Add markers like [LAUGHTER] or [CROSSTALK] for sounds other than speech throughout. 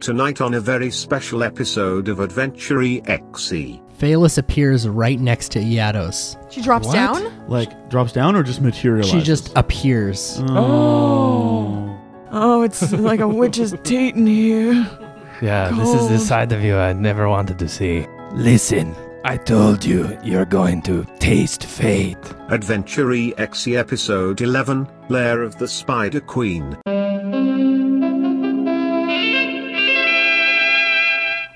tonight on a very special episode of Adventure E EXE. Phaelus appears right next to Iados. She drops What? down. Like drops down or just materializes? She just appears. Oh. Oh, it's like a witch's teat in here. Uh, Yeah, this is the Cold. side of you I never wanted to see. Listen, I told you you're going to taste fate. Adventure EXE episode 11 Lair of the Spider Queen.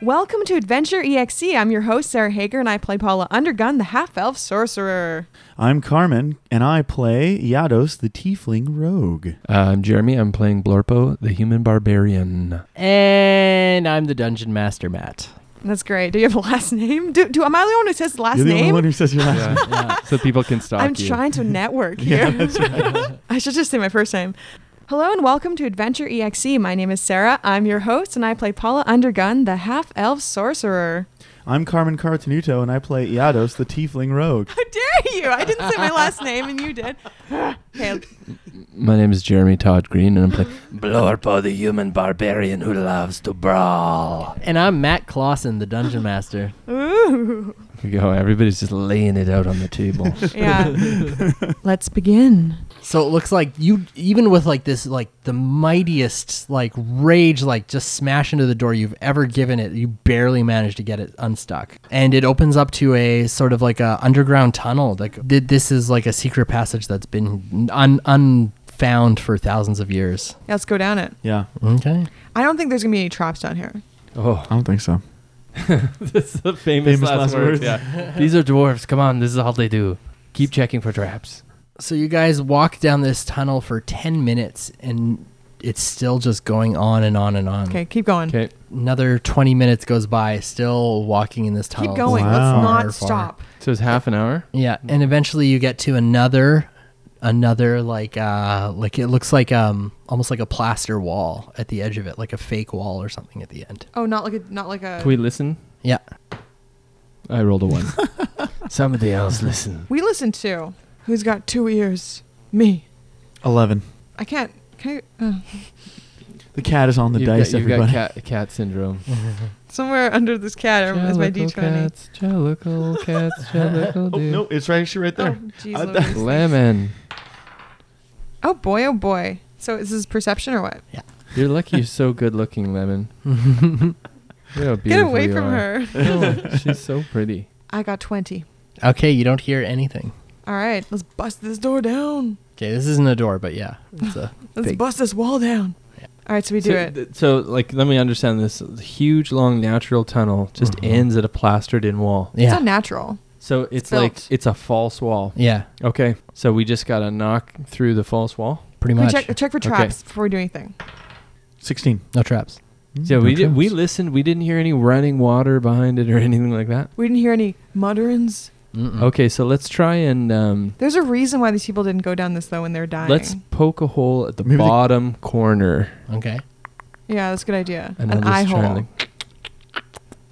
Welcome to Adventure EXE. I'm your host, Sarah Hager, and I play Paula Undergun, the half elf sorcerer. I'm Carmen, and I play Yados, the Tiefling Rogue. I'm Um, Jeremy. I'm playing Blorpo, the human barbarian. And I'm the dungeon master, Matt. That's great. Do you have a [LAUGHS] last name? Do, do am I the one who says the last You're the only name? one who says your last Yeah, name. So people can stop I'm you. trying [LAUGHS] to network here. Yeah, that's right. [LAUGHS] I should just say my first name. Hello and welcome to Adventure EXE. My name is Sarah. I'm your host, and I play Paula Undergun, the half elf sorcerer. I'm Carmen Cartenuto, and I play Yados, the Tiefling Rogue. How dare you? I didn't say my last name, and you did. Okay, My name is Jeremy Todd Green, and I'm playing. Blorpo, the human barbarian who loves to brawl. And I'm Matt Clausen, the dungeon master. ooh, Here we go. Everybody's just laying it out on the [LAUGHS] table. yeah. [LAUGHS] Let's begin. So it looks like you, even with like this, like the mightiest, like rage, like just smash into the door you've ever given it, you barely manage to get it unstuck. And it opens up to a sort of like a underground tunnel. Like th- this is like a secret passage that's been un unfound for thousands of years. Yeah, Let's go down it. Yeah, Okay. I don't think there's gonna be any traps down here. oh, I don't think so. this is the famous, Famous last last words, words. Yeah. [LAUGHS] These are dwarves. Come on, this is all they do. Keep checking for traps. So you guys walk down this tunnel for 10 minutes and it's still just going on and on and on. Okay, keep going. Okay. Another 20 minutes goes by still walking in this Oh, tunnel. Keep going. Wow. Let's Far, not far. stop. So it's half an hour. Yeah, Mm-hmm. and eventually you get to another another like uh like it looks like um almost like a plaster wall at the edge of it, like a fake wall or something at the end. Oh, not like a not like a. Can we listen? Yeah. I rolled [LAUGHS] a one. Somebody else listen. We listen to who's got two ears. Me. Eleven. I can't. Can I, uh, The cat is on the [LAUGHS] you've dice, got, you've got everybody. cat, cat [LAUGHS] syndrome. somewhere under this cat are- is my Jellicle D20. cats, [LAUGHS] jellicle cats, jellicle oh dude. no, it's right. She right Oh, there. jeez. Uh, Louise. Lemon. oh boy. Oh boy. So is this perception or what? You're lucky you're so good looking, [LAUGHS] Lemon. Look how Get beautiful away you from are. her. No, she's so pretty. I got 20. Okay, you don't hear anything. All right, let's bust this door down. Okay, this isn't a door, but yeah. It's [LAUGHS] a Let's Big- bust this wall down. All right, so we do so, it. th- so, like, let me understand this. Huge, long natural tunnel just ends at a plastered-in wall. It's yeah. not natural. So it's, like built. it's a false wall. Yeah, Mm-hmm. Okay. So we just gotta knock through the false wall. pretty Can we much. check, check for Okay. traps before we do anything. Oh. Sixteen. no traps. So no we did, traps. we listened. We didn't hear any running water behind it or [LAUGHS] anything like that. We didn't hear any mutterings. Mm. Mm-mm. Okay. So let's try and um, There's a reason why these people didn't go down this though when they were dying. let's poke a hole at the Maybe they- bottom corner. Okay. yeah, that's a good idea. And An then eye just try and, hole like,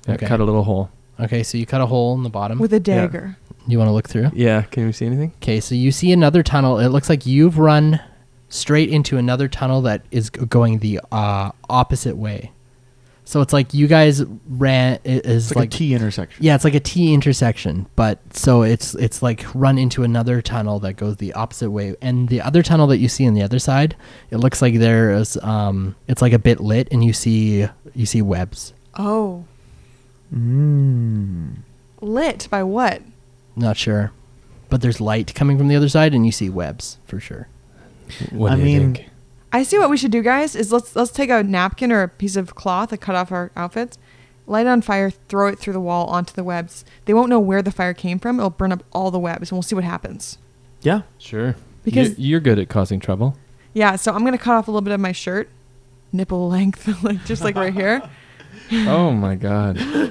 yeah, Okay. cut a little hole. Okay, so you cut a hole in the bottom. with a dagger. you want to look through? Yeah, can we see anything? Okay, so you see another tunnel. It looks like you've run straight into another tunnel that is g- going the uh, opposite way. So it's like you guys ran it is It's like, like, a T intersection. yeah, it's like a T intersection, but so it's it's like run into another tunnel that goes the opposite way. And the other tunnel that you see on the other side, it looks like there is um it's like a bit lit and you see you see webs. Oh, Mm. lit by what? Not sure. But there's light coming from the other side and you see webs for sure. What I do you mean- think? I see what we should do, guys. Is let's let's take a napkin or a piece of cloth and cut off our outfits, light it on fire, throw it through the wall onto the webs. They won't know where the fire came from. It'll burn up all the webs, and we'll see what happens. Yeah. Sure. Because- you're, you're good at causing trouble. Yeah, so I'm gonna cut off a little bit of my shirt, nipple length, [LAUGHS] like just like right [LAUGHS] here. [LAUGHS] oh [LAUGHS] my god. You're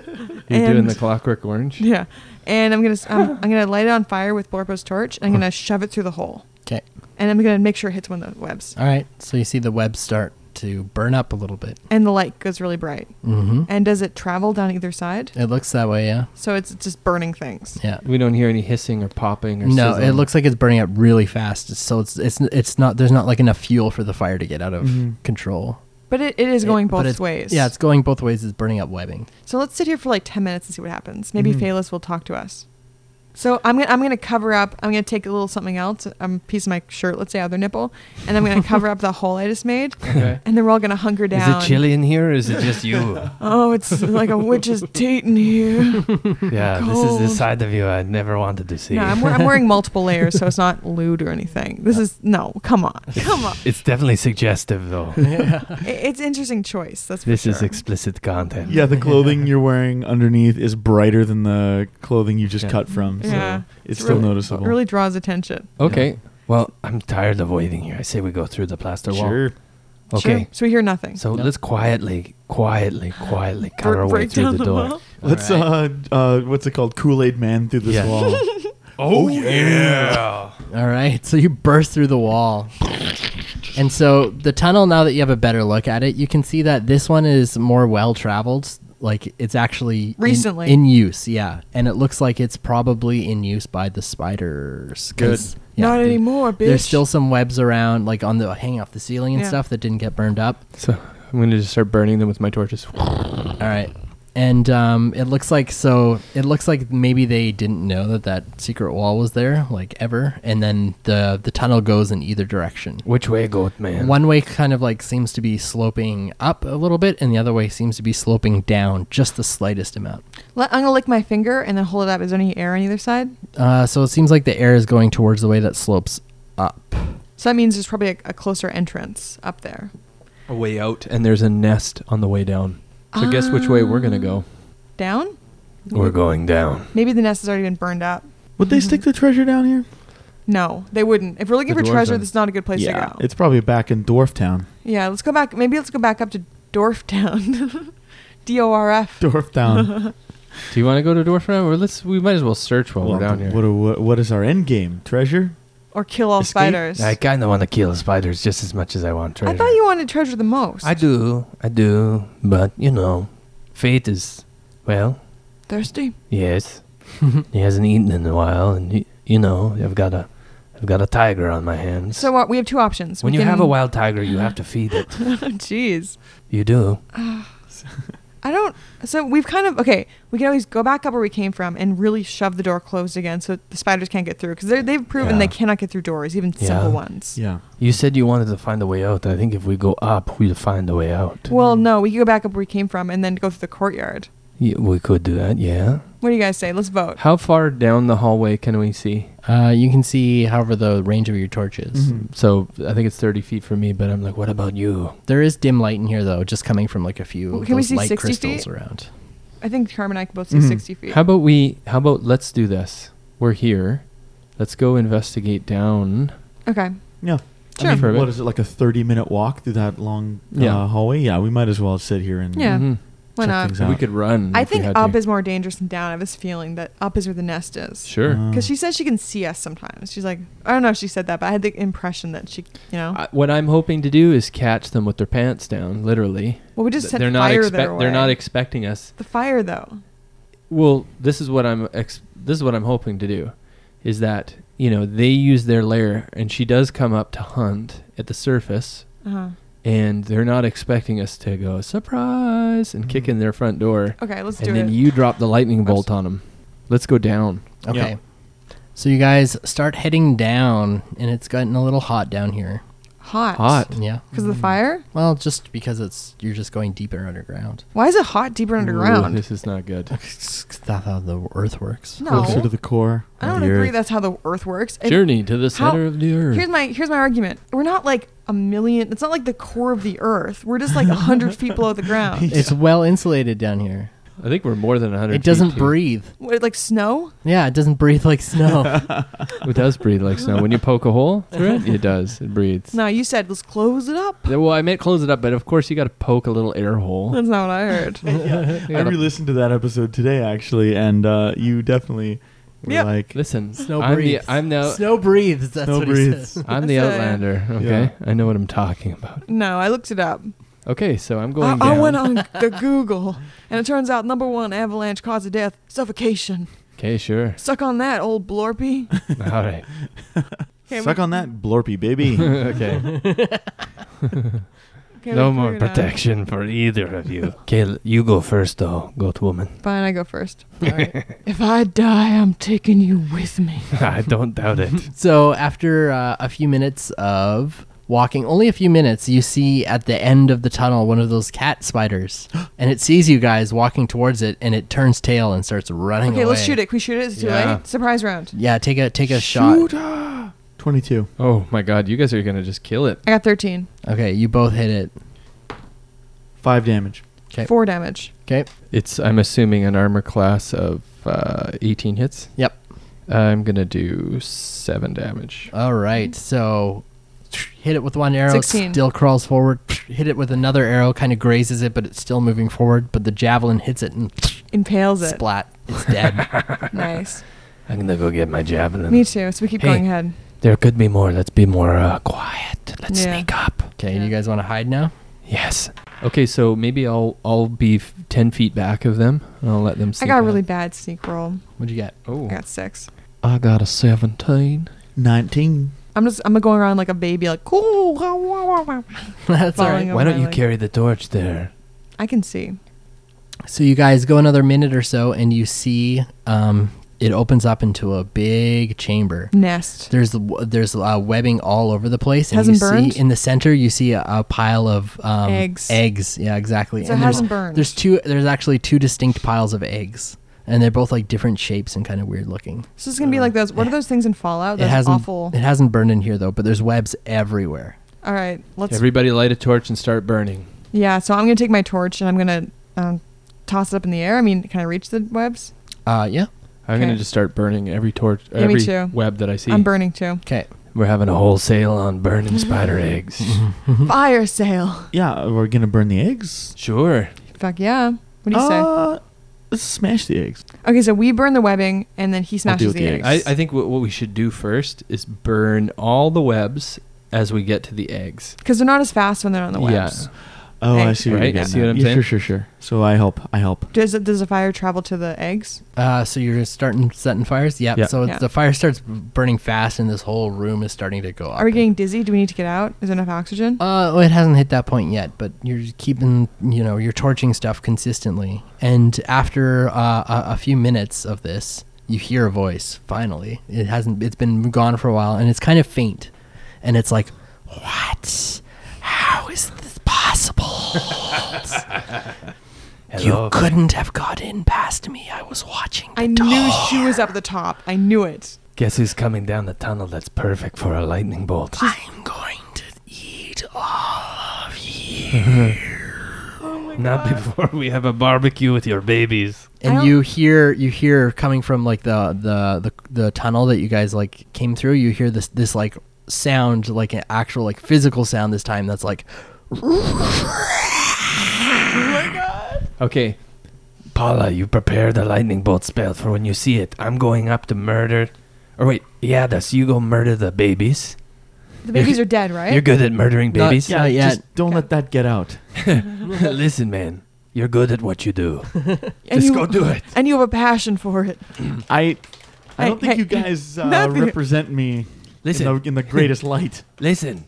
doing And- the clockwork orange? Yeah, and I'm gonna s- I'm, I'm gonna light it on fire with Blorpo's torch. And I'm gonna shove it through the hole, Okay. and I'm gonna make sure it hits one of the webs. All right. So you see the webs start to burn up a little bit. And the light goes really bright. Mm-hmm. And does it travel down either side? It looks that way, yeah. So it's just burning things. Yeah. We don't hear any hissing or popping or No, sizzling. it looks like it's burning up really fast. So it's it's it's not there's not like enough fuel for the fire to get out of Mhm. control. But But it, it is going both But it's- ways. Yeah, it's going both ways. It's burning up webbing. So let's sit here for like 10 minutes and see what happens. Maybe Phaelus will talk to us. So I'm gonna I'm gonna cover up. I'm gonna take a little something else, um, a piece of my shirt, let's say other nipple, and I'm gonna cover up the hole I just made. Okay. And then we're all gonna hunker down. [LAUGHS] Is it chilly in here or is it just you? [LAUGHS] Oh, it's like a witch's teat in here. yeah, this is the Cold. side of you I never wanted to see. No, I'm, wear- I'm wearing multiple layers, so it's not lewd or anything. This is no, come on, come [LAUGHS] on. it's definitely [LAUGHS] suggestive though. I- It's interesting choice. That's for this is sure. explicit content. Yeah, the clothing you're wearing underneath is brighter than the clothing you just Yeah. cut from. So Yeah. it's, It's still really- it noticeable. really draws attention. Okay. Well, I'm tired of waiting here. I say we go through the plaster wall. sure. Okay. Sure. So we hear nothing. So No. let's quietly, quietly, quietly Br- cut our way break through down the door. wall. Let's uh, uh, what's it called? Kool Aid Man through this Yeah. wall. Oh, yeah. [LAUGHS] All right. So you burst through the wall. And so the tunnel, now that you have a better look at it, you can see that this one is more well traveled. Like it's actually in- Recently. in, use. Yeah. And it looks like it's probably in use by the spiders. 'cause- yeah, Not the- anymore, bitch. There's still some webs around, like on the hanging off the ceiling and Yeah. stuff that didn't get burned up. So I'm going to just start burning them with my torches. All right. And um, it looks like so. It looks like maybe they didn't know that that secret wall was there, like ever. And then the the tunnel goes in either direction. Which way, goat man? One way kind of like seems to be sloping up a little bit, and the other way seems to be sloping down just the slightest amount. Let, I'm gonna lick my finger and then hold it up. Is there any air on either side? Uh, so it seems like the air is going towards the way that slopes up. So that means there's probably a, a closer entrance up there. A way out, and there's a nest on the way down. So guess which way we're going to go? Down? Ah. We're going down. Maybe the nest has already been burned up. Would they stick the treasure down here? No, they wouldn't. If we're looking The for dwarves treasure, are- that's not a good place to go. It's probably back in Dwarf Town. yeah, let's go back. Maybe let's go back up to Dorftown. [LAUGHS] D O R F. Dwarf Town. Do you want to go to Dwarf Town? Or let's, we might as well search while Well, we're down here. What, are- what, what is our end game? Treasure? Or kill all Escape? spiders. I I, kind of want to kill spiders just as much as I want treasure. thought you wanted treasure the most. I do, I do, but you know, fate is. Well, Thirsty. [LAUGHS] yes, he hasn't eaten in a while, and y you know, I've got a, I've got a tiger on my hands. So uh, we have two options. when we you can- [LAUGHS] have a wild tiger, you have to feed it. Jeez. You do. [SIGHS] I don't. So we've kind of okay. We can always go back up where we came from and really shove the door closed again, so the spiders can't get through because they've proven Yeah. they cannot get through doors, even Yeah. simple ones. Yeah. You said you wanted to find a way out. I think if we go up, we'll find a way out. Well, no, we can go back up where we came from and then go through the courtyard. Ye- we could do that. Yeah. What do you guys say? Let's vote. How far down the hallway can we see? Uh, you can see, however, the range of your torch is. Mm-hmm. Mm-hmm. So I think it's 30 feet for me, but I'm like, What about you? There is dim light in here, though, just coming from like a few Well, of can we those see light 60 crystals feet? around. I think Carmen and I can both see Mhm. sixty feet. Mm-hmm. How about we? How about let's do this? We're here. Let's go investigate down. okay. Yeah. Sure. I mean, For a bit. what is it, like a 30 minute walk through that long Yeah. uh, hallway? Yeah, we might as well sit here and Yeah. Mhm. Why check not? things out. we could run. I if we think had up to. is more dangerous than down. I have this feeling that up is where the nest is. Mm-hmm. sure. Uh, Because she says she can see us sometimes. She's like, I don't know if she said that, but I had the impression that she, you know, I, what I'm hoping to do is catch them with their pants down, literally. well, we just Th- set they're not fire expect- their they're way. not expecting us. the fire though. Well, this is what I'm ex- this is what I'm hoping to do is that, you know, they use their lair and she does come up to hunt at the surface Uh-huh. and they're not expecting us to go surprise and kick in their front door Okay, Mm. let's do and then it. you drop the lightning bolt on them. Let's go down. Okay. So you guys start heading down, and it's gotten a little hot down here. hot. Hot. Yeah. Because of the fire? Well, just because it's you're just going deeper underground. Why is it hot deeper Ooh, underground? this is not good. [LAUGHS] That's how the earth works. No. Closer to the core. I of don't the agree earth. [LAUGHS] that's how the earth works. If- Journey to the how- center of the earth. Here's my here's my argument. We're not like a million it's not like the core of the earth. We're just like a hundred feet below the ground. [LAUGHS] It's well insulated down here. I think we're more than 100 It doesn't feet, too. breathe. What, like snow? Yeah, it doesn't breathe like [LAUGHS] snow. It does breathe like snow. When you poke a hole through it, it does. It breathes. No, you said let's close it up. Yeah, Well, I meant close it up, but of course you got to poke a little air hole. That's not what I heard. [LAUGHS] I re listened to that episode today, actually, and uh, you definitely were Yeah. like, Listen, Snow I'm the breathes. I'm [LAUGHS] now snow breathes. That's no what he breathes. says. I'm the That's a- outlander. Okay, I know what I'm talking about. No, I looked it up. Okay, so I'm I, going I down. went [LAUGHS] on the Google and it turns out number one avalanche cause of death, suffocation. okay, sure. Suck on that, old blorpy. All right. [LAUGHS] Okay, Suck on that, Blorpy, baby. okay. Okay, no we more figured it out. protection for either of you. Okay, you go first, though, goat woman. [LAUGHS] Fine, I go [LAUGHS] first. If I die, I'm taking you with [LAUGHS] me. I don't doubt it. [LAUGHS] [LAUGHS] [LAUGHS] So after uh, a few minutes of walking, only a few minutes, you see at the end of the tunnel one of those cat [GASPS] spiders, and it sees you guys walking towards it, and it turns tail and starts running Okay, away. let's shoot it. Can we shoot it? Is it too Yeah. late? Surprise round. Yeah, take a take a shot. [GASPS] 22. Oh my god, you guys are gonna just kill it. I got 13. Okay, you both hit it. 5 damage. Okay. Four damage. Okay. It's I'm assuming an armor class of uh, 18 hits. Yep. I'm gonna do seven damage. All right. So hit it with one arrow. It 16. still crawls forward. Hit it with another arrow. Kind of grazes it, but it's still moving forward. But the javelin hits it and Impales it. splat. It's [LAUGHS] dead. [LAUGHS] Nice. I'm gonna go get my javelin. Me too. So we keep Hey. going ahead. There could be more. Let's be more uh, quiet. Let's Yeah. sneak up. okay. Yeah. Do you guys want to hide now? [LAUGHS] Yes. Okay, so maybe I'll I'll be f- 10 feet back of them and I'll let them. I sneak got a up. really bad sneak roll. What'd you get? Oh, I got six. I got a 17. 19. I'm just I'm going around like a baby, like cool. wah, wah, wah, wah." That's all right. Following Why up don't my, you like- carry the torch there? I can see. So you guys go another minute or so, and you see um, it opens up into a big chamber. Nest. There's there's uh, webbing all over the place, and Hasn't you burned? see in the center you see a, a pile of um, Eggs. Eggs, yeah, exactly. So it and there's, hasn't burned. there's two. There's actually two distinct piles of eggs, and they're both like different shapes and kind of weird looking. So it's gonna be like those. What are those things in Fallout? it Oh, That's hasn't awful. it hasn't burned in here though, but there's webs everywhere. All right, let's. Everybody light a torch and start burning. yeah. So I'm gonna take my torch and I'm gonna um, toss it up in the air. I mean, can I reach the webs? Uh, yeah. I'm Okay. gonna just start burning every torch, me every too. web that I see. I'm burning too. Okay. We're having a whole sale on [GASPS] burning [LAUGHS] spider eggs. Fire sale. Yeah, we're going to burn the eggs. sure. Fuck yeah. What do you Uh, let's smash the eggs. say? Okay, so we burn the webbing and then he I'll smashes deal with the the eggs. I, I think what, what we should do first is burn all the webs as we get to the eggs. Because they're not as fast when they're on the webs. Yeah. Oh, I Eggs. see what Right, you're getting see what at. I'm Yeah, saying? Sure, sure, sure. So I help. I help. Does it, does the fire travel to the eggs? Uh, so you're starting setting fires. Yeah. Yeah. So it's Yeah. the fire starts burning fast, and this whole room is starting to go up. Are we in getting dizzy? Do we need to get out? Is there enough oxygen? Uh, well, it hasn't hit that point yet, but you're just keeping, you know, you're torching stuff consistently. And after uh, a, a few minutes of this, you hear a voice. Finally, it hasn't. It's been gone for a while, and it's kind of faint. And it's like, what? How is this possible? Hello. You couldn't have got in past me. I was watching. The I knew she was up the top. I knew it. Guess who's coming down the tunnel? That's perfect for a lightning bolt. I'm going to eat all of you. [LAUGHS] Not before we have a barbecue with your babies. I and don't- you hear you hear coming from like the, the the the tunnel that you guys like came through you hear this this like sound like an actual like physical sound this time that's like Okay. Paula, you prepare the lightning bolt spell for when you see it. I'm going up to murder. Or wait, yeah, that's you go murder the babies. The babies are dead, right? You're good at murdering Not- babies. Yeah, yeah. Just don't let that get out. [LAUGHS] Listen, man, you're good at what you do. [LAUGHS] and, Just you, go do it. and you have a passion for it. I, I Hey, don't think hey, you guys uh, [LAUGHS] nothing. represent me in Listen, the, in the greatest light. listen.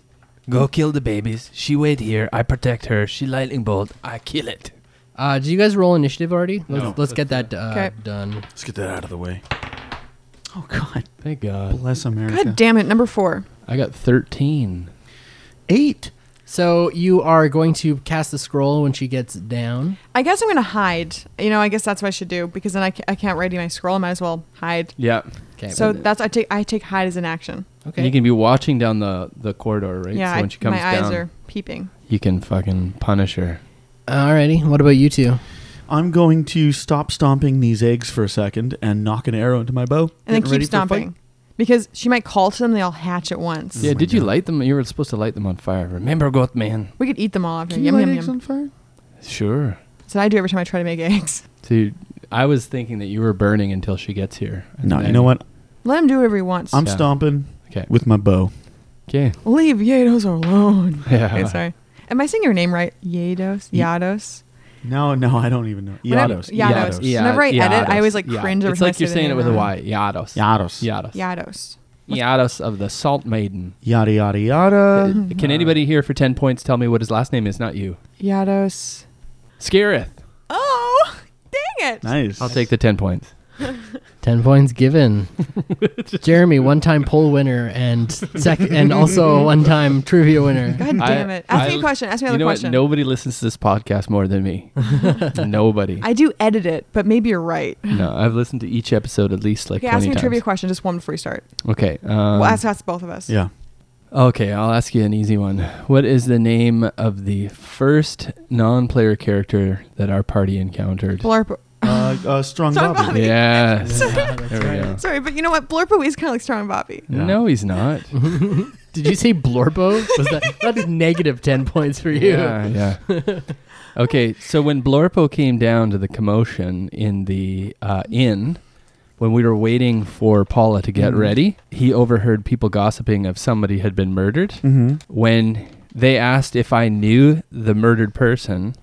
Go kill the babies. She wait here. I protect her. She lightning bolt. I kill it. uh did you guys roll initiative already let's, No. let's get that uh, 'Kay. done [LAUGHS] Let's get that out of the way. Oh God, Thank God. bless America. God damn it, number four. I got 13. Eight. so you are going to cast the scroll when she gets down I guess I'm going to hide. You know, I guess that's what I should do because then I, ca- I can't ready my scroll. I might as well hide. Yeah. okay So that's I take I take hide as an action. okay And you can be watching down the, the corridor, right? yeah, So I, when she comes my eyes down, are peeping. you can fucking punish her. alrighty what about you two I'm going to stop stomping these eggs for a second and knock an arrow into my bow. And Getting then ready keep for a fight. stomping because she might call to them. They all hatch at once. Yeah, Oh my did you God. light them? You were supposed to light them on fire. Remember? Remember, goat man. We could eat them all after. Can you yum light yum eggs yum. on fire? Sure. So I do every time I try to make eggs. [LAUGHS] Dude, I was thinking that you were burning until she gets here. and No, you then- know what? Let him do whatever he wants. I'm Yeah. stomping Okay. with my bow. Okay. Leave Yados alone. Yeah. Okay, sorry. Am I saying your name right? Yados? Ye- Yados? No, no, I don't even know. When I- Yados. Yados. Yeah, Whenever I edit, I Yados. always, like, Yeah. cringe every It's time I like you're say the saying it name with a wrong. Y. Yados. Yados. Yados. Yados. Yados of the Salt Maiden. Uh, Yada yada Uh-huh. yada. Can anybody here for 10 points tell me what his last name is? Not you. Yados. Scareth. Oh, dang it! Nice. I'll take the 10 points. Ten points given. Jeremy, one time poll winner and sec- and also a one time trivia winner. God I- damn it! Ask me I- a question. Ask me You another know what? question. Nobody listens to this podcast more [LAUGHS] than me. Nobody. I do edit it, but maybe you're right. No, I've listened to each episode at least like okay, 20 ask me times. a trivia question, just one before we start. Okay. Um, well, ask, ask both of us. Yeah. Okay, I'll ask you an easy one. What is the name of the first non-player character that our party encountered? [LAUGHS] Blurp. Uh, uh, strong Strong Bobby. Bobby. Yes. That's There we go. Sorry, but you know what? Blurpo is kind of like Strong Bobby. Yeah. No, he's not. Did you say Blorpo? Was that that's negative ten points for you? Yeah, yeah. okay, so when Blorpo came down to the commotion in the uh, inn, when we were waiting for Paula to get ready, he overheard people gossiping of somebody had been murdered. Mm-hmm. When they asked if I knew the murdered person,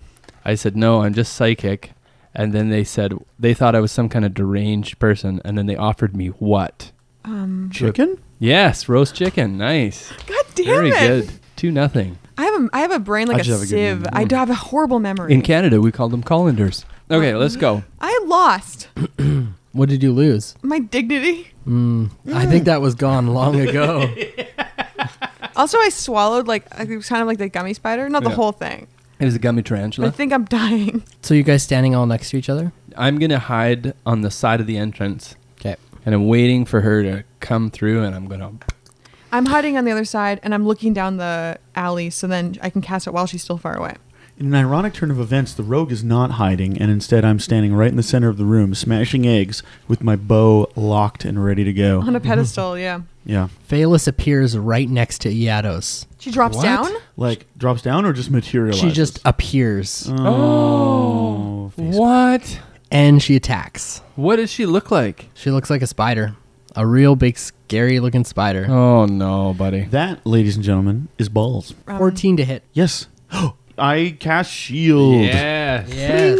I said, no, I'm just psychic. And then they said they thought I was some kind of deranged person. And then they offered me what? Um, Chicken. Yes, roast chicken. Nice. God damn Very it! good. Two nothing. I have a I have a brain like I a just have a good sieve. memory. I do have a horrible memory. In Canada, we call them colanders. Okay, let's go. I lost What did you lose? my dignity. Mm, I think that was gone long ago. Also, I swallowed like like, it was kind of like the gummy spider, not Yeah. the whole thing. It was a gummy But I tarantula. think I'm dying. so you guys standing all next to each other? I'm gonna hide on the side of the entrance, Okay. and I'm waiting for her to come through, and I'm gonna. I'm hiding on the other side and I'm looking down the alley, so then I can cast it while she's still far away. In an ironic turn of events, the rogue is not hiding, and instead I'm standing right in the center of the room, smashing eggs with my bow locked and ready to go. Um, On a pedestal, yeah. Yeah. Phaelus appears right next to Iados. She drops What? down. Like drops down or just materializes. She just appears Oh. face- What? and she attacks. What does she look like? She looks like a spider, a real big, scary looking spider. Oh no, buddy. That, ladies and gentlemen, is balls. Oh. Um, 14 to hit. Yes. [GASPS] I cast shield. Yeah. Yes.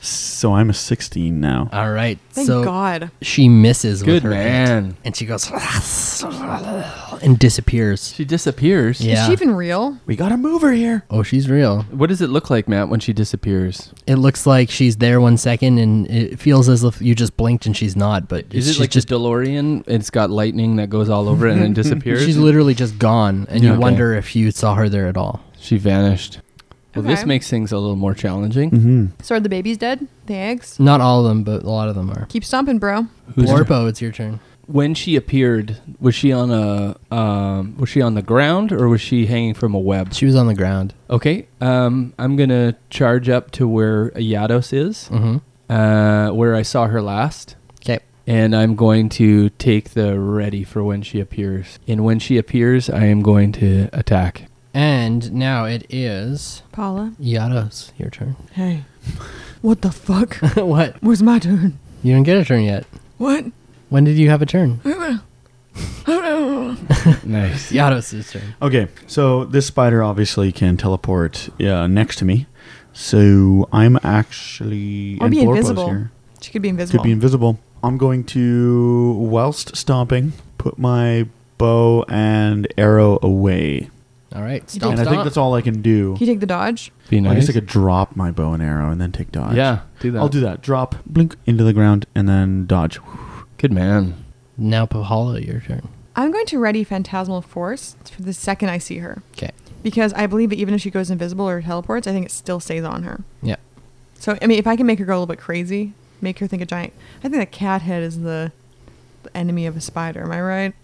So I'm a 16 now. All right. Thank so God. she misses with Good her hand, man. and she goes [LAUGHS] and disappears. She disappears. Yeah. Is she even real? We got a mover here. Oh, she's real. What does it look like, Matt, when she disappears? It looks like she's there one second, and it feels as if you just blinked and she's not. But Is she's it like just just DeLorean? It's got lightning that goes all over it [LAUGHS] and then disappears. she's literally just gone, and Yeah. you Okay. wonder if you saw her there at all. she vanished. Well, this Okay. makes things a little more challenging. Mm-hmm. So are the babies dead? The eggs? Not all of them, but a lot of them are. Keep stomping, bro. Who's- Blorpo, it's your turn. when she appeared, was she on a um, was she on the ground or was she hanging from a web? She was on the ground. Okay, um, I'm gonna charge up to where Yados is, Mm-hmm. uh, where I saw her last, Okay. and I'm going to take the ready for when she appears. And when she appears, I am going to [LAUGHS] attack. And now it is Paula. Yados. Your turn. [LAUGHS] Hey. What the fuck? what? Where's my turn? You didn't get a turn yet. What? [LAUGHS] When did you have a turn? nice. Yados' turn. Okay, so this spider obviously can teleport uh, next to me. So I'm actually Or and be Blorpo's invisible. She could be Could invisible. be invisible. I'm going to, whilst stomping, put my bow and arrow away. All right. You Stomp, and I think stomp. that's all I can do. Can you take the dodge? Be I guess nice. I could drop my bow and arrow and then take dodge. yeah, do that. I'll do that. Drop, blink into the ground, and then dodge. Good man. Now, Pahala, your turn. I'm going to ready Phantasmal Force for the second I see her. Okay. Because I believe that even if she goes invisible or teleports, I think it still stays on her. Yeah. So I mean, if I can make her go a little bit crazy, make her think a giant. I think the cat head is the, the enemy of a spider. Am I [LAUGHS] right?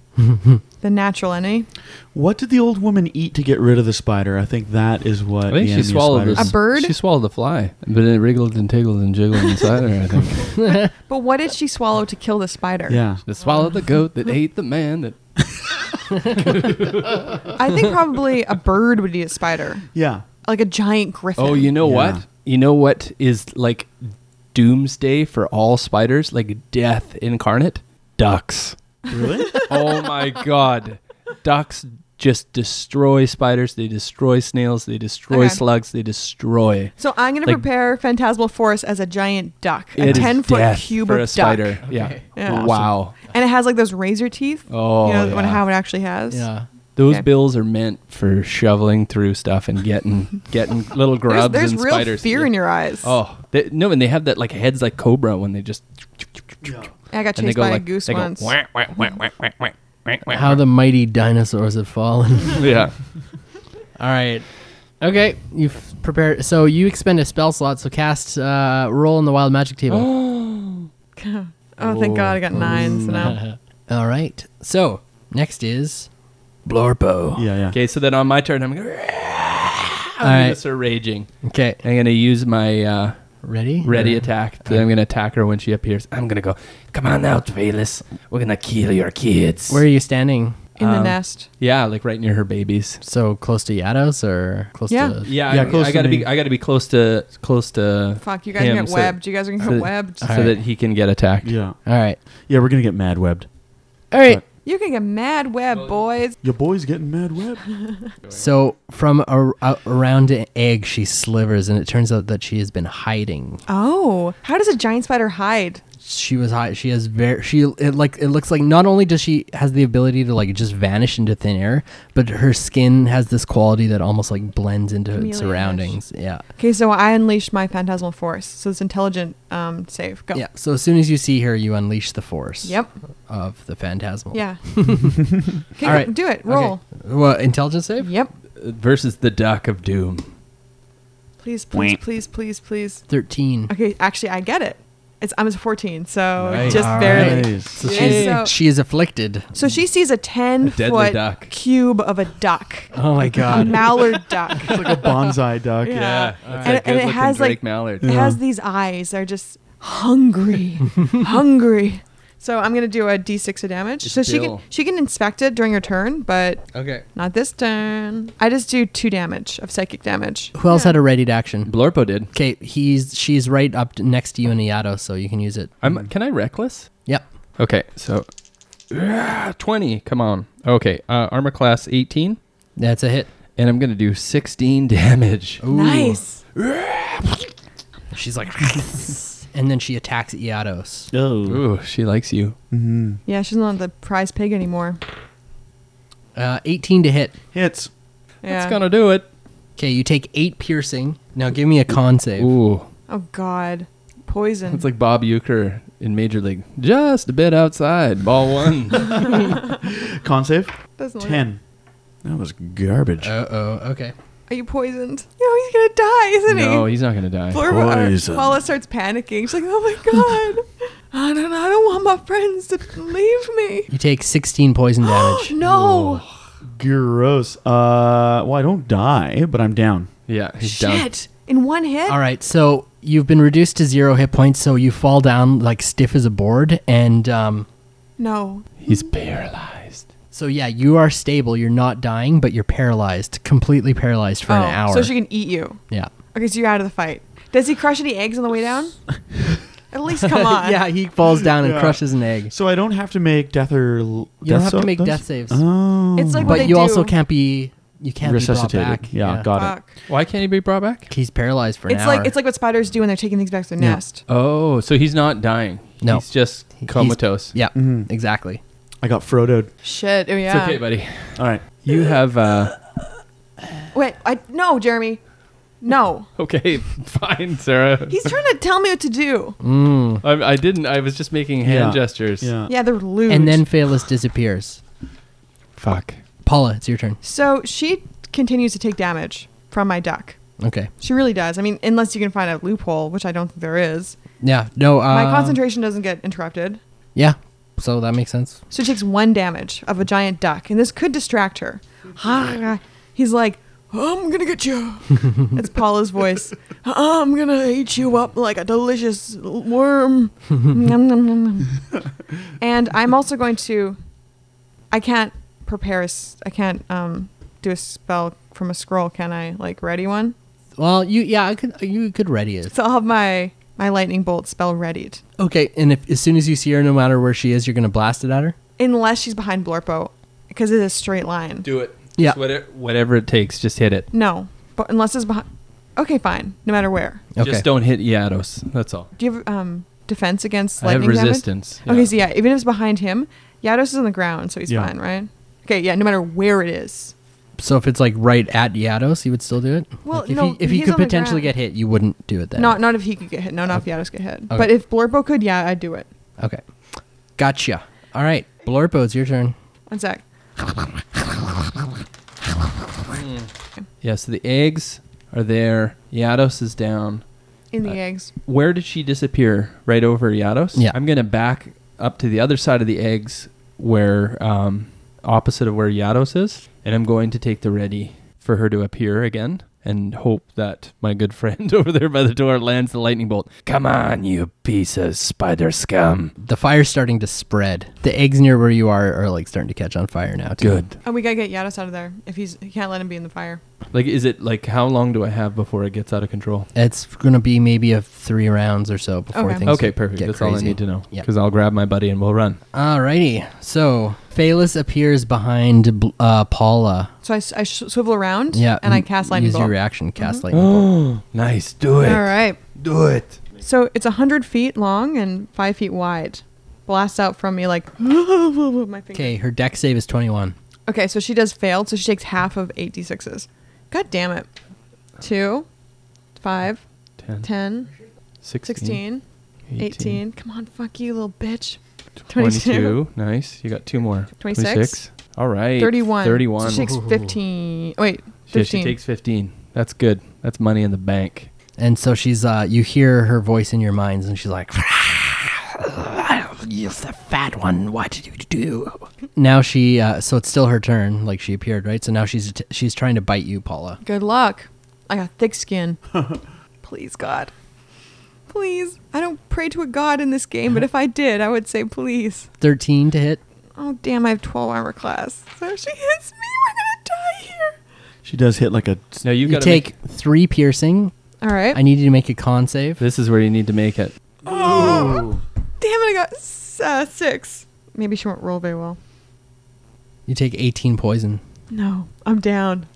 the natural enemy, What did the old woman eat to get rid of the spider? I think that is what. I think the she enemy of swallowed spiders- this- A bird? She swallowed the fly, but it wriggled and tiggled and jiggled inside her. I think [LAUGHS] But what did she swallow to kill the spider? Yeah. it swallowed the [LAUGHS] goat that ate the man that I think probably a bird would eat a spider, Yeah. like a giant griffin. Oh, you know Yeah. what? You know what is like doomsday for all spiders, like [LAUGHS] death incarnate? Ducks. Really? oh my god. Ducks just destroy spiders. They destroy snails. They destroy Okay. slugs. They destroy. So I'm gonna Like- prepare Phantasmal Forest as a giant duck, a It is ten foot death cube for of a duck, spider. Yeah. Yeah. Awesome. Wow. and it has like those razor teeth. Oh, you know what- yeah. how it actually has. Yeah. Those Okay. bills are meant for shoveling through stuff and [LAUGHS] getting getting little There's, grubs there's and real spiders. fear in your eyes. Oh, they, no, and they have that like heads like cobra when [LAUGHS] they just [LAUGHS] I got and they chased go by like a goose they go, once. Wah, wah, wah, wah, wah, wah, wah, wah. How the mighty dinosaurs have fallen. yeah. [LAUGHS] All right. Okay, you've prepared. So you expend a spell slot. So cast uh, roll on the wild magic table. [GASPS] [LAUGHS] oh, thank God, I got nines now. All right. So next is Blorpo. Yeah, yeah. Okay, so then on my turn, I'm gonna. All right. Units are raging. Okay. I'm gonna use my uh, Ready? ready attack. Then I'm gonna attack her when she appears. I'm gonna go. Come on out, Valus. We're gonna kill your kids. Where are you standing? In the Um, nest. Yeah, like right near her babies. So close to Yados or close Yeah. to? Yeah, Yeah, I, close I to gotta me. be. I gotta be close to close to Fuck, you guys him, get so- webbed. you guys are gonna get so- webbed. so All right. that he can get attacked. Yeah. All right. Yeah, we're going to get mad webbed. All right. You can get mad web, boys. Your boy's getting mad webbed. So from a, a, around an egg, she slivers, and it turns out that she has been hiding. Oh, how does a giant spider hide? She was high. She has very. She it like it looks like not only does she has the ability to like just vanish into thin air, but her skin has this quality that almost like blends into Chameleon-ish. its surroundings. Yeah. Okay, so I unleashed my phantasmal force. So it's intelligent. Um, save. Go. Yeah. So as soon as you see her, you unleash the force. Yep. Of the phantasmal. [LAUGHS] Yeah. okay, All right. do it. Roll. Okay. Well, intelligence save. Yep. Versus the Duck of Doom. Please, please, please, please, please. Thirteen. Okay, actually, I get it. It's I'm a 14, so Nice. just All barely. right. Nice. So Yay. she's So- she is afflicted. So she sees a 10 deadly foot duck. cube of a duck, Oh my a god. mallard duck. It's like a bonsai duck. Yeah. that's And- a and it good-looking has, like- Drake Mallard. It has these eyes. They're just hungry, hungry. So I'm gonna do a d6 of damage. It's so she Bill. can she can inspect it during her turn, but Okay. not this turn. I just do two damage of psychic damage. Who else had a readied action? Blorpo did. Okay, he's she's right up t- next to you in Iato, so you can use it. Mm-hmm. I'm. Can I reckless? Yep. Okay, so Ah, 20. Come on. Okay, uh, armor class 18, That's a hit. and I'm gonna do 16 [LAUGHS] damage. Nice. She's like, [LAUGHS] and then she attacks Iatos. Oh. Ooh, she likes you. hmm Yeah, she's not the prize pig anymore. Uh, 18 to hit. Hits. Yeah. That's gonna do it. Okay, you take eight piercing. Now give me a con save. Ooh, Oh God, poison. it's like Bob Euchre in Major League. Just a bit outside. Ball [LAUGHS] one. Con save. Doesn't look- 10. That was garbage. Uh oh. Okay. Are you poisoned? No, he's gonna die, isn't he? no, he's not gonna die. Flora, Poison. uh, Paula starts panicking. She's like, "Oh my god, [LAUGHS] I don't, I don't want my friends to leave me." You take 16 poison damage. [GASPS] [GASPS] no, Gross. Uh, well, I don't die, but I'm down. Yeah, he's down. shit! In one hit. All right, so you've been reduced to zero hit points, so you fall down like stiff as a board, and um, No. He's paralyzed. so yeah, you are stable. You're not dying, but you're paralyzed, completely paralyzed for oh, an hour. So she can eat you. yeah. Okay, so you're out of the fight. Does he crush any eggs on the way down? At least come [LAUGHS] on. yeah, he falls down and Yeah. crushes an egg. So I don't have to make death or. You You don't have to make death saves. Oh. It's like- what but they you also do. can't be you can't resuscitated. be brought back. Yeah, got it. Fuck. Why can't he be brought back? He's paralyzed for an It's hour. like it's like what spiders do when they're taking things back to their Yeah. nest. Oh, so he's not dying. No. he's just He's- comatose. yeah, Mhm. exactly. I got Frodoed. Shit. Oh It's yeah. okay, buddy. All right. [LAUGHS] You have uh Wait. I no, Jeremy. No. [LAUGHS] okay, fine, [LAUGHS] Sarah. He's trying to tell me what to do. Mm. I, I didn't. I was just making hand Yeah. gestures. Yeah. Yeah, they're loose. And then Phaelus disappears. Fuck. Paula, it's your turn. So she continues to take damage from my duck. Okay. She really does. I mean, unless you can find a loophole, which I don't think there is. Yeah. No. Um, My concentration doesn't get interrupted. Yeah. So that makes sense. So she takes one damage of a giant duck, and this could distract her. He's like, I'm gonna get you. It's Paula's voice. I'm gonna eat you up like a delicious worm. Nom, nom, nom, nom. And I'm also going to. I can't prepare. A, s- I can't um, do a spell from a scroll, can I? Like, ready one? Well, you yeah, I could you could ready it. So I'll have my, my lightning bolt spell readied. Okay, and if as soon as you see her, no matter where she is, you're gonna blast it at her. Unless she's behind Blorpo, because it's a straight line. Do it. Yeah. Just whatever, whatever it takes, just hit it. No, but unless it's behind. Okay, fine. No matter where. Okay. Just don't hit Yados. That's all. Do you have um defense against I have lightning damage? resistance. yeah. Okay, so yeah, even if it's behind him, Yados is on the ground, so he's Yeah. fine, right? Okay, yeah, no matter where it is. So if it's like right at Yados, he would still do it. Well, Like, if no, he, if he he's could on the potentially ground. get hit, you wouldn't do it then. Not not if he could get hit. No, not if Yados get hit. But if Blurbo could, yeah, I'd do it. okay. Gotcha. All right, Blurpo, it's your turn. One sec. Yeah, so the eggs are there. Yados is down. In the eggs. Where did she disappear? Right over Yados? Yeah. I'm going to back up to the other side of the eggs where, um, opposite of where Yados is. And I'm going to take the ready for her to appear again and hope that my good [LAUGHS] friend over there by the door lands the lightning bolt. Come on, you piece of spider scum. The fire's starting to spread. The eggs near where you are are like starting to catch on fire now. Too. Good. Oh, we gotta get Yados out of there. If he's, he can't let him be in the fire. Like, is it like how long do I have before it gets out of control? It's gonna be maybe a three rounds or so before Okay. things. Okay, perfect. Get That's all I crazy. need to know. Yeah. Because I'll grab my buddy and we'll run. Alrighty. So Phaelus appears behind bl- uh, Paula. So I, s- I sh- swivel around Yeah. e-, mm, and I cast lightning Use bolt. Mm-hmm. your reaction. Cast lightning bolt. [GASPS] Nice. Do All it. right. Do it. So it's 100 feet long and 5 feet wide. Blast out from me like [LAUGHS] my finger. Okay, her deck save is twenty-one. Okay, so she does fail, so she takes half of 8d6s. God damn it. 2, 5, 10, 10, 16, 16, 18, 18. Come on, fuck you, little bitch. 22. 22. [LAUGHS] Nice. You got two more. 26. All right. 31. 31. So she takes 15. Wait, Yeah, 15. she takes 15. That's good. That's money in the bank. And so she's, uh, you hear her voice in your minds, and she's like, [LAUGHS] Yes, the fat one. What did you do? now she, uh, so it's still her turn, like she appeared, right? So now she's t- she's trying to bite you, Paula. Good luck. I got thick skin. please, God. Please. I don't pray to a God in this game, but if I did, I would say please. Thirteen to hit. Oh, damn, I have 12 armor class. So if she hits me, we're going to die here. She does hit like a. Now you've You got to make- take three piercing. All right. I need you to make a con save. This is where you need to make it. Oh, damn it! I got s- uh, six. Maybe she won't roll very well. You take eighteen poison. No, I'm down.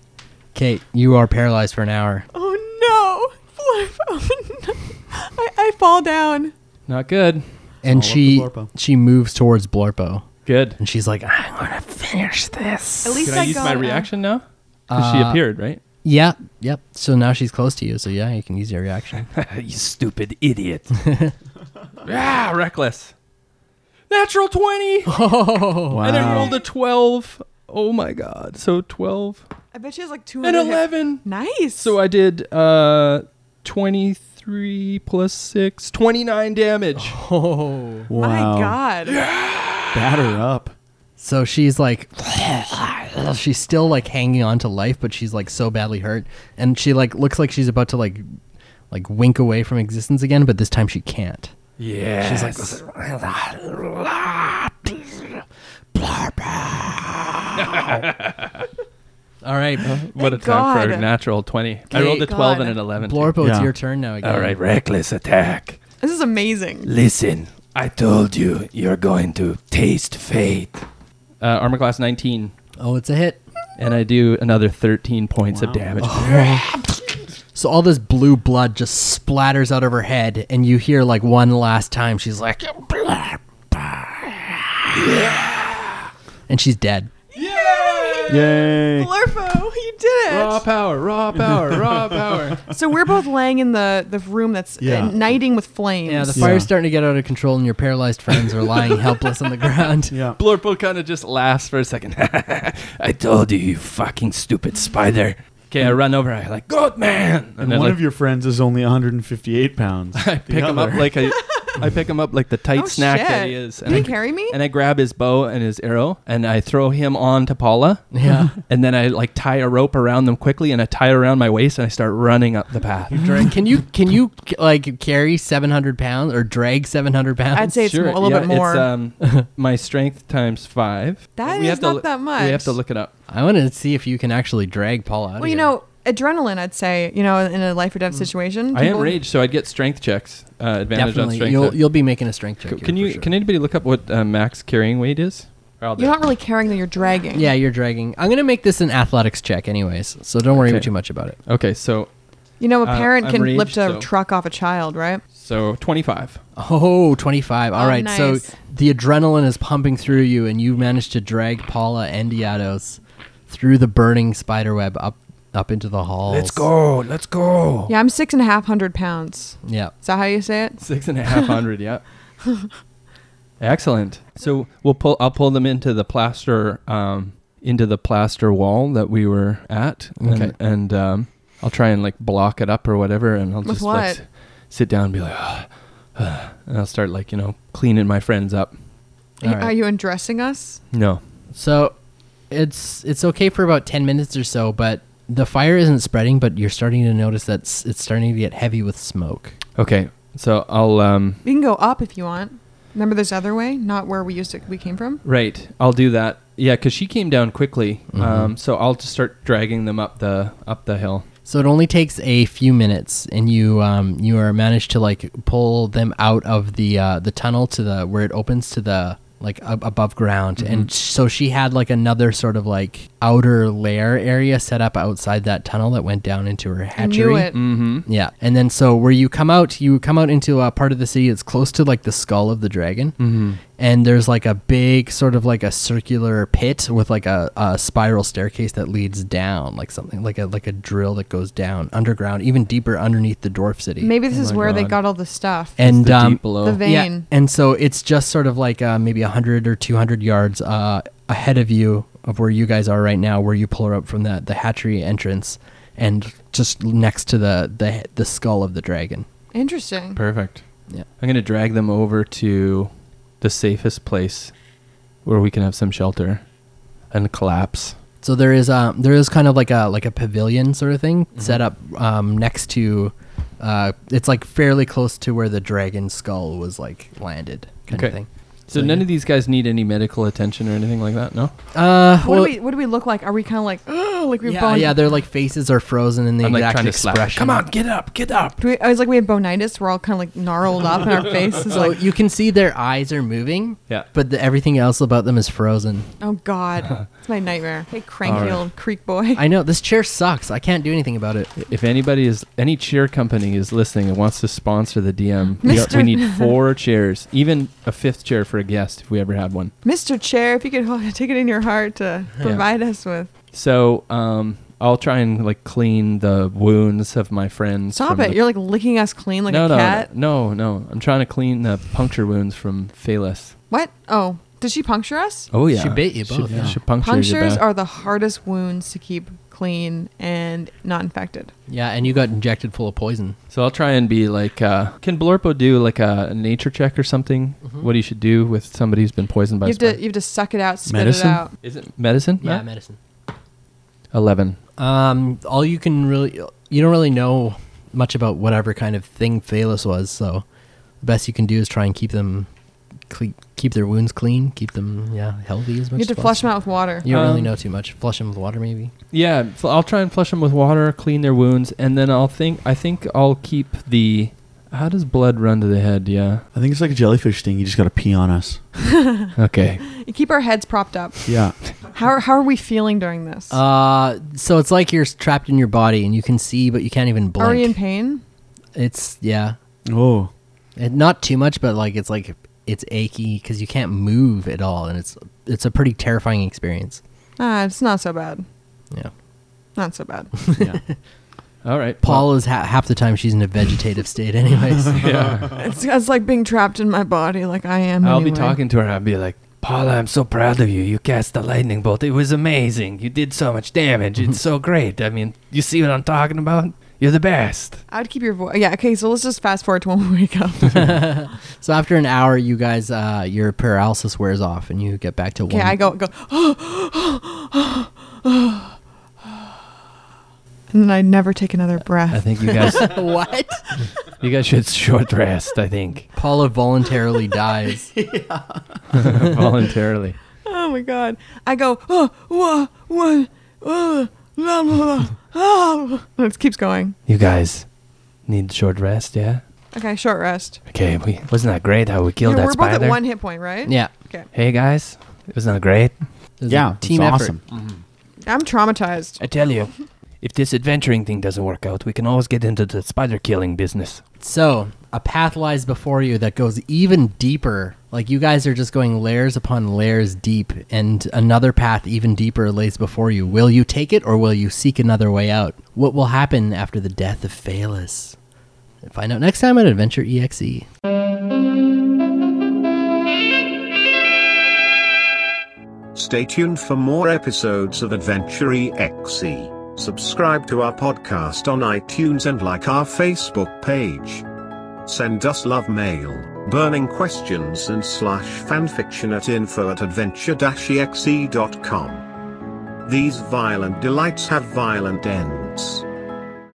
Kate, you are paralyzed for an hour. Oh no! Flip. [LAUGHS] Oh, no. I, I fall down. Not good. And All up to she Blorpo. she moves towards Blorpo, Good. and she's like, "Ah." At least Can I, I, use got my a- reaction now? Because she Uh, appeared, right? "Yeah, yep." So now she's close to you. So yeah, you can use your reaction. you stupid idiot. Yeah, Ah, reckless. Oh, Natural [LAUGHS] 20. Wow. And I rolled a 12. Oh my god. So 12 I bet she has like two and 11. Nice. So I did uh 23 plus 6, 29 damage. Oh. my wow. God. Batter [LAUGHS] up. So she's like, [LAUGHS] she's still like hanging on to life, but she's like so badly hurt, and she like looks like she's about to like, like wink away from existence again, but this time she can't. Yeah. She's like, All right, What a Thank time for a God. natural 20. I Okay, rolled a 12 God. and an 11. too. Blorpo, it's Yeah. your turn now. Again. all right, reckless attack. This is amazing. Listen, I told you you're going to taste fate. Uh, armor class 19. Oh, it's a hit. And I do another 13 points of damage. Oh. So all this blue blood just splatters out of her head, and you hear like one last time. She's like, and she's dead. Yay. Blurfo, you did it. Raw power, raw power, raw [LAUGHS] power. So we're both laying in the, the room that's Yeah. igniting with flames. Yeah, the Yeah. fire's starting to get out of control, and your paralyzed friends are [LAUGHS] lying helpless on the ground. Yeah. Blorpo kind of just laughs for a second. [LAUGHS] I told you, you fucking stupid spider. Okay, I run over. I like, good man. And I one like, of your friends is only 158 pounds. [LAUGHS] I pick him up other. like [LAUGHS] I, I pick him up like the tight Oh, snack that shit. he is. you I, carry me? and I grab his bow and his arrow and I throw him on to Paula. Yeah. And then I like tie a rope around them quickly and I tie it around my waist and I start running up the path. Drag- can you can you like carry seven hundred pounds or drag seven hundred pounds? I'd say it's mo- a little yeah, bit more. It's, um, [LAUGHS] my strength times five. That We is have to not look- that much. We have to look it up. I want to see if you can actually drag Paul out. of Well, you here. know, adrenaline. I'd say you know, in a life or death situation. Mm. I am people- rage, so I'd get strength checks. Uh, advantage on definitely strength. you'll check. you'll be making a strength check. C- here can for you? sure. Can anybody look up what uh, max carrying weight is? Or I'll do You're it. not really carrying though. You're dragging. Yeah, you're dragging. I'm gonna make this an athletics check, anyways. So don't worry Okay. too much about it. Okay, so You know, a Uh, parent I'm can rage, lift a so- truck off a child, right? so 25. Oh, 25. All Oh, right. nice. So the adrenaline is pumping through you, and you manage to drag Paula and Diados through the burning spider web up up into the halls. Let's go. Let's go. Yeah, I'm six and a half hundred pounds. Yeah. Is that how you say it? [LAUGHS] Six and a half hundred, yeah. [LAUGHS] Excellent. So we'll pull. I'll pull them into the plaster, um, into the plaster wall that we were at, Okay. and, and um, I'll try and like block it up or whatever, and I'll With just like what? s- sit down and be like, "Ah, ah," and I'll start like you know cleaning my friends up. Are you- All right. Are you undressing us? No, So it's it's okay for about 10 minutes or so, but the fire isn't spreading. But you're starting to notice that s- it's starting to get heavy with smoke. okay. So I'll um, You can go up if you want. Remember this other way, not where we used to we came from. Right. I'll do that. Yeah, because she came down quickly. Um, so I'll just start dragging them up the up the hill. So it only takes a few minutes, and you um, you are managed to like pull them out of the uh, the tunnel to the where it opens to the like ab- above ground, and so she had like another sort of like outer lair area set up outside that tunnel that went down into her I hatchery. knew it. Mm-hmm. Yeah, and then so where you come out, you come out into a part of the city that's close to like the skull of the dragon, Mm-hmm. and there's like a big sort of like a circular pit with like a, a spiral staircase that leads down like something like a like a drill that goes down underground even deeper underneath the dwarf city Maybe this Oh is my where they God. got all the stuff. and the um deep below. the vein. yeah and so it's just sort of like uh, maybe 100 or 200 yards uh, ahead of you of where you guys are right now where you pull her up from the the hatchery entrance and just next to the the, the skull of the dragon Interesting. Perfect. Yeah. I'm gonna drag them over to the safest place where we can have some shelter and collapse. So there is um there is kind of like a like a pavilion sort of thing Mm-hmm. set up um next to uh it's like fairly close to where the dragon skull was like landed kind of Okay. thing. So So none you- of these guys need any medical attention or anything like that. No. Uh What well, do we What do we look like? Are we kind of like [GASPS] oh, like we have yeah, bon- yeah, their like faces are frozen in the I'm, like, exact trying to slap. expression. Come on, get up, get up. Do we, oh, it's like we have bonitis. We're all kind of like gnarled up, and our face is So like, you can see their eyes are moving, Yeah. but the, everything else about them is frozen. oh god, it's my nightmare. Hey, cranky All right. old creek [LAUGHS] boy. I know this chair sucks. I can't do anything about it. If anybody is any cheer company is listening and wants to sponsor the DM, we, got- Mister- we [LAUGHS] need four chairs, even a fifth chair for a guest if we ever had one. Mr. Chair, if you could [LAUGHS] hold, take it in your heart to provide us with. So um, I'll try and like clean the wounds of my friends. Stop from it! the- You're like licking us clean like no, a no, cat. no, no. I'm trying to clean the puncture wounds from Phaelus. What? Oh, did she puncture us? Oh yeah, She bit you both, She, yeah. she punctured your Punctures back. are the hardest wounds to keep clean and not infected. Yeah, and you got injected full of poison. So I'll try and be like, uh, can Blorpo do like a, a nature check or something? What he should do with somebody who's been poisoned by Mm-hmm. You a have to spider? you have to suck it out, spit Medicine? it out. Is it medicine? Yeah, Matt? medicine. Eleven. Um, all you can really, you don't really know much about whatever kind of thing Phalus was, so the best you can do is try and keep them, cle- keep their wounds clean, keep them, yeah, healthy as much You have to as flush possible. them out with water. You don't really Um, know too much. Flush them with water, maybe. Yeah, f- I'll try and flush them with water, clean their wounds, and then I'll think. I think I'll keep the. How does blood run to the head? Yeah. I think it's like a jellyfish thing. You just got to pee on us. Okay. You keep our heads propped up. Yeah. How are, how are we feeling during this? Uh, so it's like you're trapped in your body and you can see, but you can't even blink. are we in pain? It's yeah, Oh. it, not too much, but like it's like it's achy because you can't move at all, and it's it's a pretty terrifying experience. Ah, it's not so bad. Yeah. Not so bad. Yeah. All right. Paul is ha- half the time she's in a vegetative state, [LAUGHS] anyways. [LAUGHS] it's, it's like being trapped in my body, like I am. I'll be anyway. talking to her. I'll be like, Paula, I'm so proud of you. You cast the lightning bolt. It was amazing. You did so much damage. It's [LAUGHS] so great. I mean, you see what I'm talking about? You're the best. I'd keep your voice. Yeah. Okay. So let's just fast forward to when we wake up. So after an hour, you guys, uh, your paralysis wears off, and you get back to Okay. one. I go [GASPS] go. and then I never take another I breath. think you [LAUGHS] guys, what? you guys should short rest. I [LAUGHS] think [LAUGHS] Paula voluntarily [LAUGHS] dies. voluntarily. Oh my god. I go. Oh, whoa, whoa, oh, la, la, la, [LAUGHS] ah." And It keeps going. you guys need short rest. Yeah. Okay. Short rest. Okay. We wasn't that great how we killed Yeah, that we're both spider. at one hit point, right? Yeah. Okay. Hey guys, Isn't that great? It's a yeah, team it's effort. awesome. I'm traumatized. I tell [LAUGHS] you, if this adventuring thing doesn't work out, we can always get into the spider killing business. So a path lies before you that goes even deeper. Like you guys are just going layers upon layers deep, and another path even deeper lays before you. Will you take it, or will you seek another way out? What will happen after the death of Phaelus? Find out next time on Adventure E EXE. Stay tuned for more episodes of Adventure EXE. Subscribe to our podcast on iTunes and like our Facebook page. Send us love mail, burning questions and slash fanfiction at info at E adventure-exe.com. These violent delights have violent ends.